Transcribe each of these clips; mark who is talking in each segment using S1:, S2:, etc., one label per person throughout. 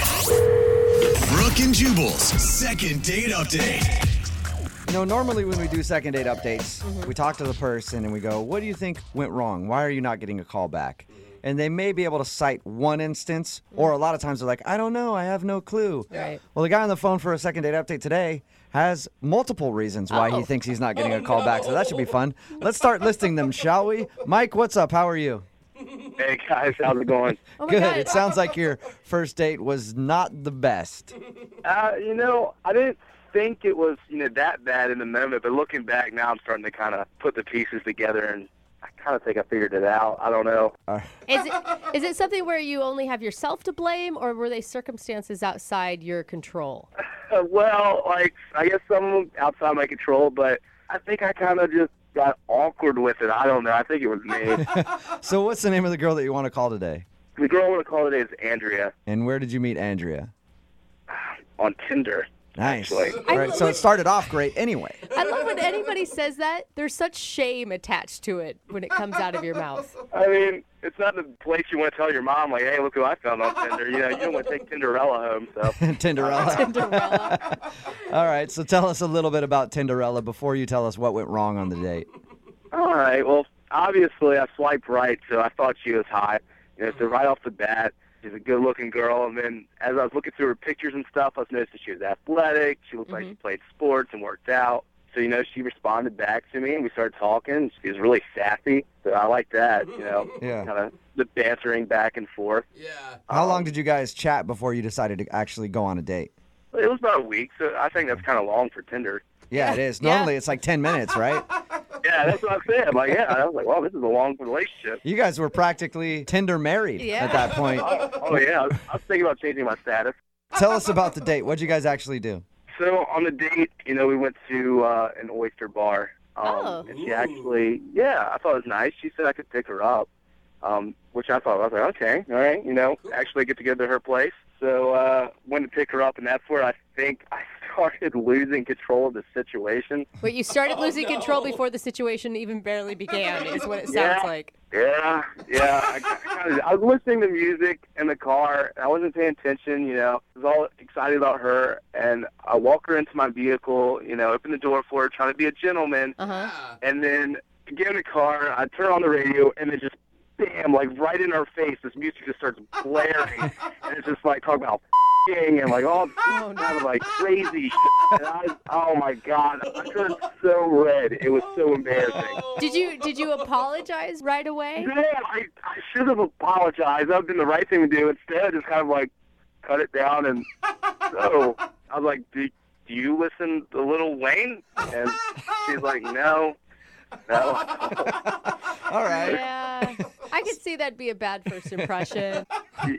S1: 92.5. Brooke and Jubal's second date update.
S2: You know, normally when we do second date updates,
S3: Mm-hmm.
S2: we talk to the person and we go, What do you think went wrong? Why are you not getting a call back?
S3: Mm-hmm.
S2: And they may be able to cite one instance, or a lot of times they're like, I don't know, I have no clue.
S3: Right.
S2: Well, the guy on the phone for a second date update today has multiple reasons why
S3: Oh.
S2: he thinks he's not getting a call back, so that should be fun. Let's start listing them, shall we? Mike, what's up? How are you?
S4: Hey guys, how's it going?
S3: Oh my
S2: Good.
S3: God.
S2: It sounds like your first date was not the best.
S4: Uh, you know, I didn't think it was you know that bad in the moment, but looking back now, I'm starting to kind of put the pieces together, and I kind of think I figured it out. I don't know.
S3: Is it, is it something where you only have yourself to blame, or were they circumstances outside your control?
S4: Uh, well, like I guess some of them outside my control, but I think I kind of just got awkward with it. I don't know. I think it was me.
S2: So, what's the name of the girl that you want to call today?
S4: the girl I want to call today is Andrea
S2: And where did you meet Andrea?
S4: on Tinder.
S2: Nice.
S4: Actually.
S2: All right, so it started off great anyway.
S3: I love when anybody says that. There's such shame attached to it when it comes out of your mouth.
S4: I mean, it's not the place you want to tell your mom, like, hey, look who I found on Tinder. You know, you don't want to take Tinderella home, so.
S2: Tinderella. All right, so tell us a little bit about Tinderella before you tell us what went wrong on the date.
S4: All right. Well, obviously I swiped right, so I thought she was hot. You know, so right off the bat, she's a good-looking girl. And then as I was looking through her pictures and stuff, I was noticing she was athletic. She looked like she played sports and worked out. So you know, she responded back to me, and we started talking. She was really sassy, so I like that. You know,
S2: Yeah.
S4: kind of the bantering back and forth.
S2: How long did you guys chat before you decided to actually go on a date?
S4: It was about a week, so I think that's kind of long for Tinder.
S2: Yeah, it is.
S3: Yeah.
S2: Normally it's like 10 minutes, right?
S4: Yeah, that's what I said. Like, yeah, I was like, wow, this is a long relationship.
S2: You guys were practically Tinder married
S3: Yeah.
S2: at that point.
S4: Oh yeah, I was- I was thinking about changing my status.
S2: Tell us about the date. What'd you guys actually do?
S4: So on the date, you know, we went to uh, an oyster bar. Um,
S3: Oh.
S4: And she actually, yeah, I thought it was nice. She said I could pick her up, um, which I thought I was like, okay, all right, you know, actually get to go to her place. So uh, went to pick her up, and that's where I think I started losing control of the situation.
S3: Where you started losing control before the situation even barely began, is what it sounds
S4: Yeah.
S3: like.
S4: Yeah, yeah. I, kinda, I was listening to music in the car. And I wasn't paying attention, you know. I was all excited about her, and I walk her into my vehicle, you know, open the door for her, trying to be a gentleman.
S3: Uh huh.
S4: And then get in the car, I turn on the radio, and then just bam, like right in her face, this music just starts blaring. and it's just like talking about f***ing and like all
S3: Oh, no.
S4: kind of like crazy shit. And I, oh my God, I turned so red. It was
S3: Oh,
S4: so embarrassing.
S3: Did you did you apologize right away?
S4: Yeah, I, I should have apologized. That would have been the right thing to do. Instead, I just kind of like cut it down. And so I was like, do, do you listen to Little Wayne? And she's like, no. No.
S2: All right.
S3: Yeah. I could see that'd be a bad first impression.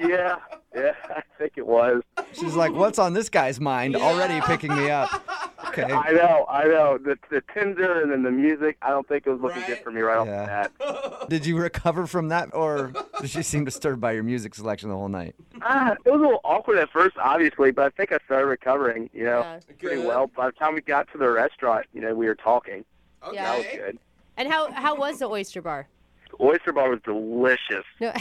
S4: Yeah, yeah, I think it was.
S2: She's like, what's on this guy's mind already picking me up? Okay.
S4: I know, I know. The the Tinder and then the music. I don't think it was looking good for me right
S2: Yeah.
S4: off the bat.
S2: Did you recover from that, or did she seem disturbed by your music selection the whole night?
S4: Ah, it was a little awkward at first, obviously, but I think I started recovering. You know,
S3: Yeah.
S4: pretty well. By the time we got to the restaurant, you know, we were talking. That was
S3: Yeah.
S4: good.
S3: And how how was the oyster bar?
S4: The oyster bar was delicious.
S3: No,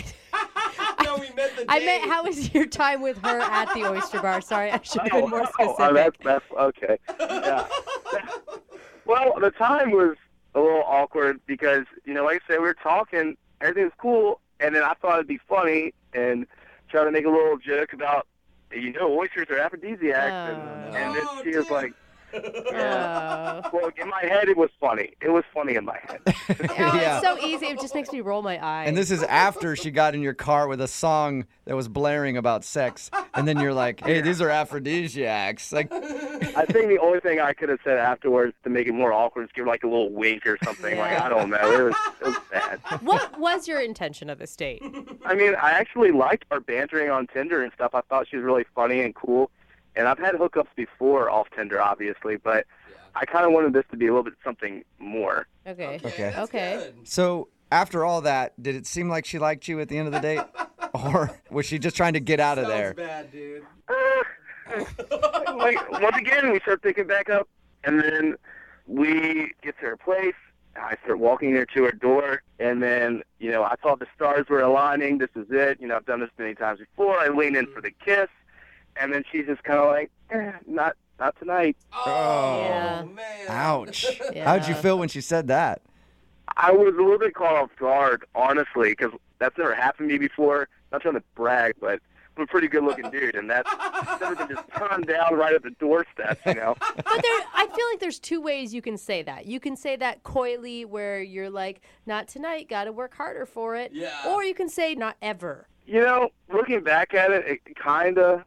S3: I meant how was your time with her at the oyster bar? Sorry, I should have been more
S4: oh,
S3: specific.
S4: oh, that's, that's okay. Yeah. well, the time was a little awkward because you know, like I said, we were talking, everything was cool, and then I thought it'd be funny and try to make a little joke about you know oysters are aphrodisiacs, and,
S3: Oh.
S4: and then she was like, yeah.
S3: Oh.
S4: Well, in my head, it was funny. It was funny in my head.
S3: Oh,
S2: Yeah.
S3: It's so easy. It just makes me roll my eyes.
S2: And this is after she got in your car with a song that was blaring about sex, and then you're like, "Hey, these are aphrodisiacs." Like,
S4: I think the only thing I could have said afterwards to make it more awkward is give her like a little wink or something. Like I don't know, it was, it was bad.
S3: What was your intention of this date?
S4: I mean, I actually liked our bantering on Tinder and stuff. I thought she was really funny and cool. And I've had hookups before off Tinder, obviously, but I kind of wanted this to be a little bit something more.
S3: Okay.
S2: Okay.
S3: Okay.
S2: so after all that, did it seem like she liked you at the end of the date, or was she just trying to get out of there?
S5: bad, dude.
S4: like once again, we start picking back up, and then we get to her place, I start walking her to her door, and then, you know, I thought the stars were aligning. This is it. You know, I've done this many times before. I lean in for the kiss, and then she's just kind of like, eh, not, not tonight.
S2: Oh,
S3: Yeah.
S5: man.
S2: ouch.
S3: Yeah.
S2: How'd you feel when she said that?
S4: I was a little bit caught off guard, honestly, because that's never happened to me before. Not trying to brag, but I'm a pretty good-looking dude, and that's that's never been just turned down right at the doorstep, you know.
S3: But there, I feel like there's two ways you can say that. You can say that coyly, where you're like, "Not tonight, got to work harder for it,"
S5: Yeah.
S3: or you can say, "Not ever."
S4: You know, looking back at it, it kind of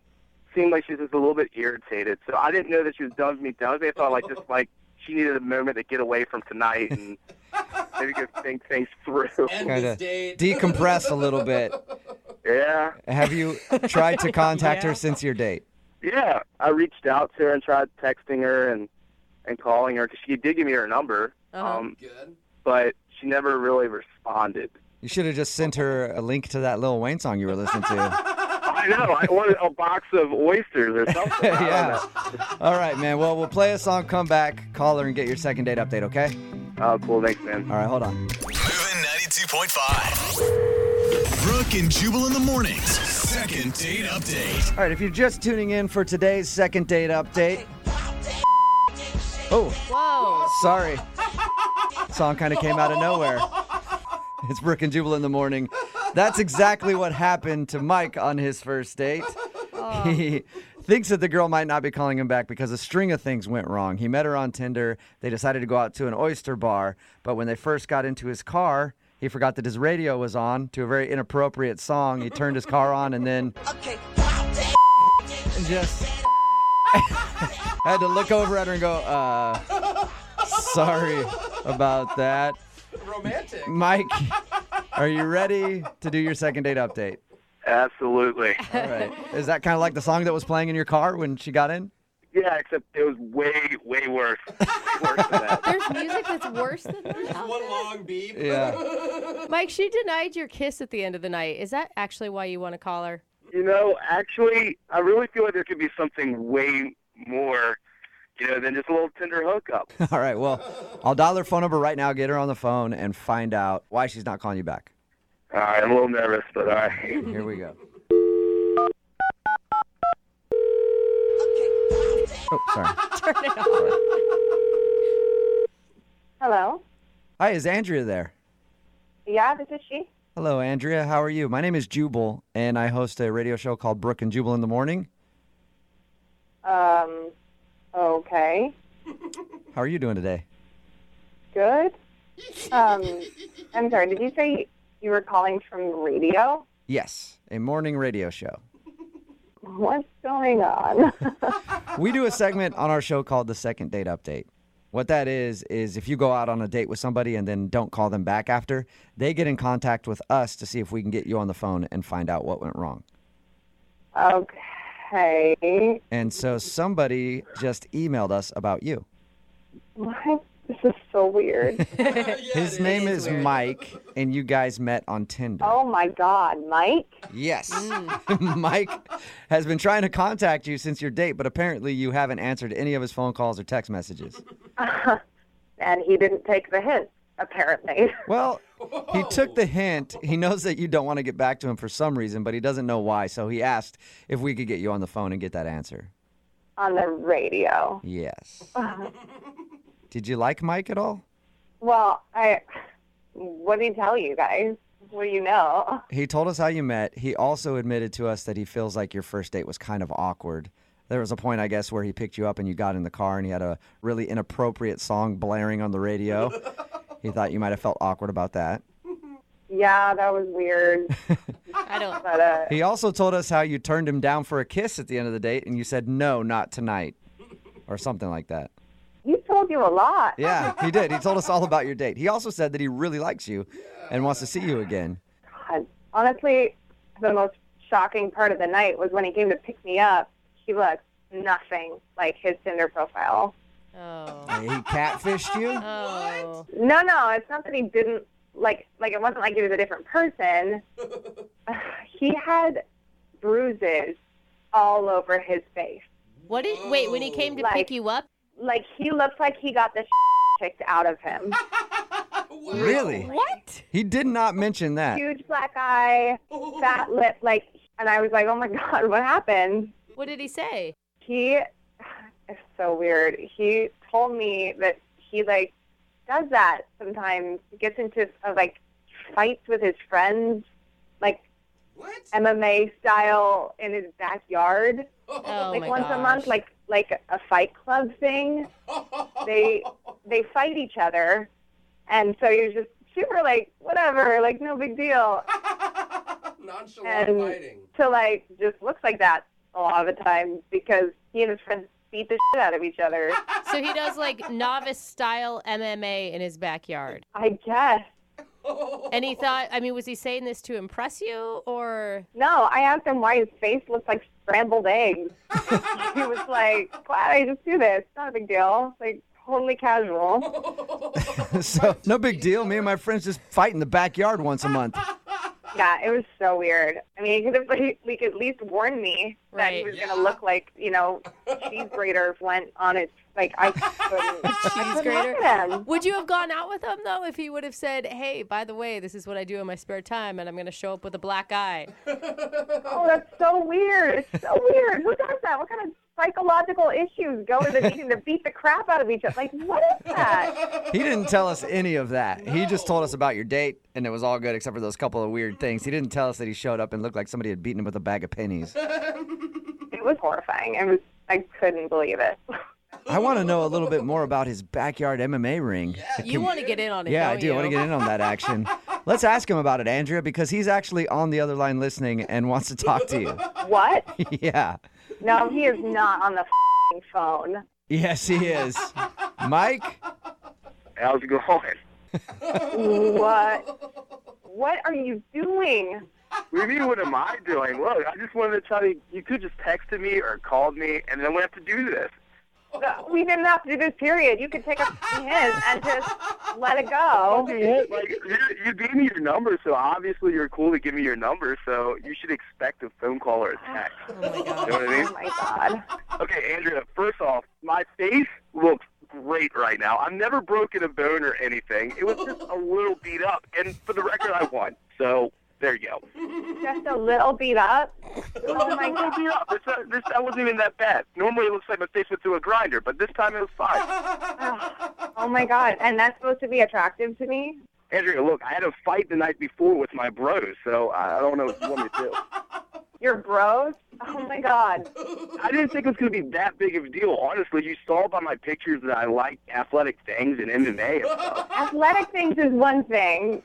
S4: seemed like she was just a little bit irritated. So I didn't know that she was done with me. Done with me. I thought like just like she needed a moment to get away from tonight and maybe just think things through.
S5: End
S2: Kinda
S5: this date.
S2: Decompress a little bit.
S4: Yeah,
S2: Have you tried to contact her since your date?
S4: yeah. I reached out to her and tried texting her and and calling her because she did give me her number.
S3: Uh-huh.
S4: Um,
S5: Good.
S4: but she never really responded.
S2: You should have just sent her a link to that Lil Wayne song you were listening to.
S4: I know. I wanted a box of oysters or something. I don't
S2: yeah. All right, man. Well, we'll play a song, come back, call her, and get your second date update, okay?
S4: know. Oh, cool. Thanks, man.
S2: All right, hold on.
S1: Moving 92.5. Brooke and Jubal in the mornings. Second date update.
S2: All right, if you're just tuning in for today's second date update. Oh,
S3: Whoa!
S2: sorry. Song kind of came out of nowhere. It's Brooke and Jubal in the morning. That's exactly what happened to Mike on his first date. He thinks that the girl might not be calling him back because a string of things went wrong. He met her on Tinder. They decided to go out to an oyster bar, but when they first got into his car, he forgot that his radio was on to a very inappropriate song. He turned his car on and then and just had to look over at her and go, uh, sorry about that.
S5: Romantic.
S2: Mike, are you ready to do your second date update?
S4: Absolutely.
S2: All right. Is that kind of like the song that was playing in your car when she got in?
S4: Yeah, except it was way, way worse. Way worse than that.
S3: There's music that's worse than that.
S5: One long beep.
S2: Yeah.
S3: Mike, she denied your kiss at the end of the night. Is that actually why you want to call her?
S4: You know, actually, I really feel like there could be something way more, you know, than just a little Tinder hookup.
S2: All right. Well, I'll dial her phone number right now, get her on the phone, and find out why she's not calling you back.
S4: All right, I'm a little nervous, but all right.
S2: Here we go. Oh, sorry.
S6: Hello.
S2: Hi, is Andrea there?
S6: Yeah, this is she.
S2: Hello, Andrea. How are you? My name is Jubal, and I host a radio show called Brooke and Jubal in the Morning.
S6: Um, okay,
S2: How are you doing today?
S6: good. Um, I'm sorry. Did you say you were calling from the radio?
S2: Yes, a morning radio show.
S6: What's going on?
S2: We do a segment on our show called the Second Date Update. What that is, is if you go out on a date with somebody and then don't call them back after, they get in contact with us to see if we can get you on the phone and find out what went wrong.
S6: okay.
S2: And so somebody just emailed us about you.
S6: What? This is so weird.
S2: His name is Mike, and you guys met on Tinder.
S6: Oh my God, Mike.
S2: Yes. Mike has been trying to contact you since your date, but apparently you haven't answered any of his phone calls or text messages.
S6: And he didn't take the hint, apparently.
S2: Well, he took the hint. He knows that you don't want to get back to him for some reason, but he doesn't know why. So he asked if we could get you on the phone and get that answer.
S6: on the radio.
S2: Yes. Did you like Mike at all?
S6: Well, I. What did he tell you guys? What do you know?
S2: He told us how you met. He also admitted to us that he feels like your first date was kind of awkward. There was a point, I guess, where he picked you up and you got in the car and he had a really inappropriate song blaring on the radio. he thought you might have felt awkward about that.
S6: Yeah, that was weird.
S3: I don't.
S6: But uh,
S2: He also told us how you turned him down for a kiss at the end of the date and you said, no, not tonight, or something like that.
S6: he told you a lot.
S2: Yeah, he did. He told us all about your date. He also said that he really likes you and wants to see you again.
S6: God. Honestly, the most shocking part of the night was when he came to pick me up. He looked nothing like his Tinder profile.
S3: Oh.
S2: He catfished you?
S3: Oh.
S6: No, no, it's not that he didn't like like it wasn't like he was a different person. he had bruises all over his face.
S3: What did? Wait, when he came to
S6: Like-
S3: pick you up?
S6: Like he looked like he got the kicked out of him.
S2: Really?
S3: What?
S2: He did not mention that.
S6: Huge black eye, fat lip, like, and I was like, oh my god, what happened?
S3: What did he say?
S6: He, it's so weird. He told me that he like does that sometimes. He gets into uh, like fights with his friends, like
S5: What?
S6: MMA style in his backyard.
S3: Oh
S6: like
S3: my
S6: once a
S3: gosh.
S6: month, like like a fight club thing. they they fight each other, and so you're just super like whatever, like no big deal.
S5: Nonchalant
S6: And
S5: fighting.
S6: to like just looks like that a lot of the time because he and his friends beat the shit out of each other.
S3: So he does like novice style MMA in his backyard.
S6: I guess.
S3: And he thought, I mean, was he saying this to impress you or?
S6: No, I asked him why his face looks like scrambled eggs. he was like, "Why did I just do this? Not a big deal. Like totally casual."
S2: so no big deal. Me and my friends just fight in the backyard once a month.
S6: Yeah, it was so weird. I mean, he could have like, like at least warn me that he
S3: Right.
S6: was
S5: Yeah.
S6: gonna look like you know cheese grater went on his like I couldn't. I
S3: Cheese
S6: couldn't
S3: grater.
S6: look at him.
S3: Would you have gone out with him though if he would have said, "Hey, by the way, this is what I do in my spare time, and I'm going to show up with a black eye"?
S6: Oh, that's so weird. It's so weird. Who does that? What kind of psychological issues go into needing to beat the crap out of each other? Like, what is that?
S2: He didn't tell us any of that. He just told us about your date, and it was all good except for those couple of weird things. He didn't tell us that he showed up and looked like somebody had beaten him with a bag of pennies.
S6: It was horrifying. It was. I couldn't believe it.
S2: I want to know a little bit more about his backyard MMA ring.
S3: You want to get in on it?
S2: Yeah, I
S3: don't
S2: do. I want to
S3: you?
S2: get in on that action. Let's ask him about it, Andrea, because he's actually on the other line listening and wants to talk to you.
S6: What?
S2: yeah.
S6: No, he is not on the fing phone.
S2: Yes, he is. Mike,
S4: How's it going?
S6: What? What are you doing?
S4: What do you mean, what am I doing? Look, I just wanted to tell you, you could just texted me or called me, and then we have to do this.
S6: We didn't have to do this period. You could take up his and just let it go. Oh
S4: Like, you, you gave me your number, so obviously you're cool to give me your number, so you should expect a phone call or a text.
S3: Oh my
S4: You
S3: god.
S4: know what I mean?
S6: Oh my god.
S4: Okay, Andrea, first off, my face looks great right now. I've never broken a bone or anything. It was just a little beat up, and for the record, I won. So there you go.
S6: Just a little beat up. Oh my
S4: Little
S6: god.
S4: beat up. It's not- this, that wasn't even that bad. Normally, it looks like my face went through a grinder, but this time it was fine.
S6: Oh my god. And that's supposed to be attractive to me?
S4: Andrea, look, I had a fight the night before with my bros, so I I don't know what you want me to do.
S6: Your bros? Oh my god.
S4: I didn't think it was going to be that big of a deal. Honestly, you saw by my pictures that I like athletic things and MMA and stuff.
S6: Athletic things is one thing.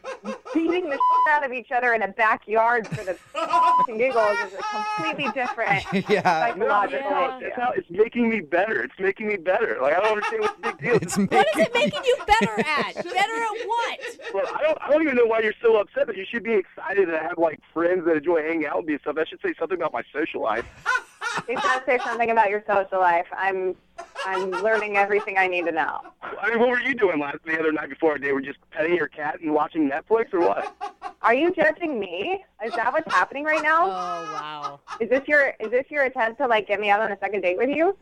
S6: Beating the shit out of each other in a backyard for the fucking giggles is a completely different
S2: yeah,
S6: psychological
S3: Yeah.
S6: issue.
S4: That's how it's making me better. It's making me better. Like I don't understand what's the big deal.
S2: it's making.
S3: What is it making you better at? Better at what?
S4: Look, I don't I don't even know why you're so upset. But you should be excited to have like friends that enjoy hanging out with me and stuff. That should say something about my social life.
S6: It does say something about your social life. I'm I'm learning everything I need to know.
S4: I mean, what were you doing last the other night before our day? Were you just petting your cat and watching Netflix or what?
S6: Are you judging me? Is that what's happening right
S3: Oh
S6: now?
S3: wow.
S6: Is this your is this your attempt to like get me out on a second date with you?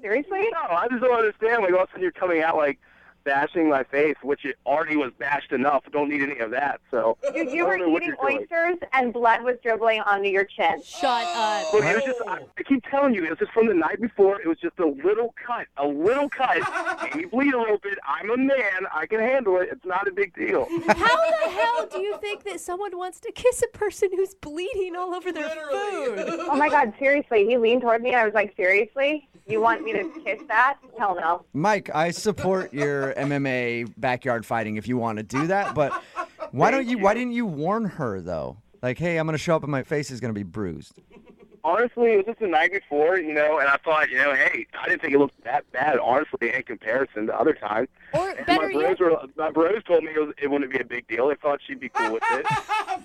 S6: Seriously?
S4: No, I just don't understand. Like all of a sudden you're coming out like bashing my face, which it already was bashed enough. Don't need any of that. So
S6: You,
S4: I
S6: you
S4: don't
S6: were
S4: know what
S6: eating
S4: you're doing.
S6: oysters and blood was dribbling onto your chin.
S3: Shut up.
S4: Look, it was just, I, I keep telling you, it was just from the night before. It was just a little cut, a little cut. Maybe bleed a little bit. I'm a man. I can handle it. It's not a big deal.
S3: How the hell do you think that someone wants to kiss a person who's bleeding all over their food?
S6: Oh my god, seriously. He leaned toward me and I was like, Seriously? You want me to kiss that? Hell no.
S2: Mike, I support your MMA backyard fighting if you want to do that, but why don't you, Why didn't you warn her though? Like, hey, I'm gonna show up and my face is gonna be bruised.
S4: Honestly, it was just the night before, you know, and I thought, you know, hey, I didn't think it looked that bad, honestly, in comparison to other times.
S3: Or
S4: And
S3: better
S4: my bros
S3: yet,
S4: were, my bros told me it, was, it wouldn't be a big deal. They thought she'd be cool with it.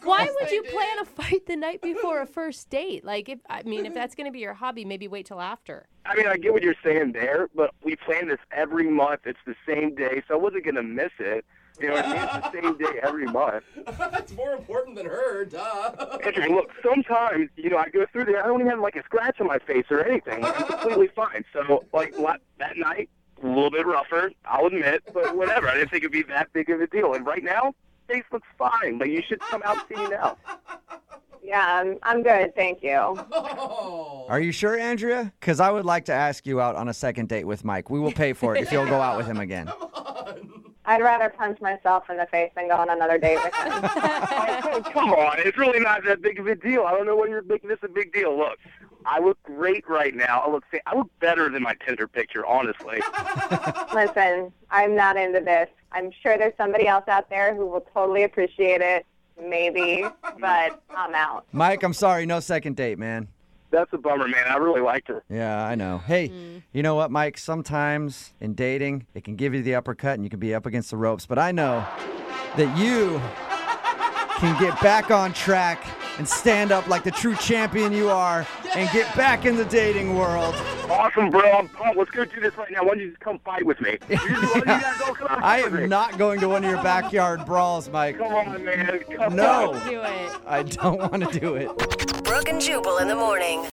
S3: why would you plan a fight the night before a first date? Like, if I mean, if that's going to be your hobby, maybe wait till after.
S4: I mean, I get what you're saying there, but we plan this every month. It's the same day, so I wasn't gonna miss it. You know, what I mean? it's the same day every month.
S5: That's more important than her, duh.
S4: Andrew, look, sometimes, you know, I go through there, I don't even have like a scratch on my face or anything. Like, I'm completely fine. So, like, la- that night, a little bit rougher, I'll admit, but whatever. I didn't think it'd be that big of a deal. And right now, face looks fine. Like you should come out and see me now.
S6: Yeah, I'm, I'm good. Thank you.
S5: Oh.
S2: Are you sure, Andrea? Because I would like to ask you out on a second date with Mike. We will pay for it if you'll go out with him again.
S6: I'd rather punch myself in the face than go on another date with him.
S4: Oh, come on. It's really not that big of a deal. I don't know why you're making this a big deal. Look, I look great right now. I look fa- I look better than my Tinder picture, honestly.
S6: Listen, I'm not into this. I'm sure there's somebody else out there who will totally appreciate it, maybe, but I'm out.
S2: Mike, I'm sorry, no second date, man.
S4: That's a bummer, man. I really liked her.
S2: Yeah, I know. Hey, you know what, Mike? Sometimes in dating, it can give you the uppercut and you can be up against the ropes, but I know that you can get back on track and stand up like the true champion you are and get back in the dating world.
S4: Awesome, bro. I'm pumped. Let's go do this right now. Why don't you just come fight with me? You just- why don't you guys all come out and
S2: I
S4: fight with me?
S2: am not going to one of your backyard brawls, Mike.
S4: Come on, man. Come
S2: No.
S4: on.
S3: Do it.
S2: I don't want to do it.
S7: Brooke and Jubal in the morning.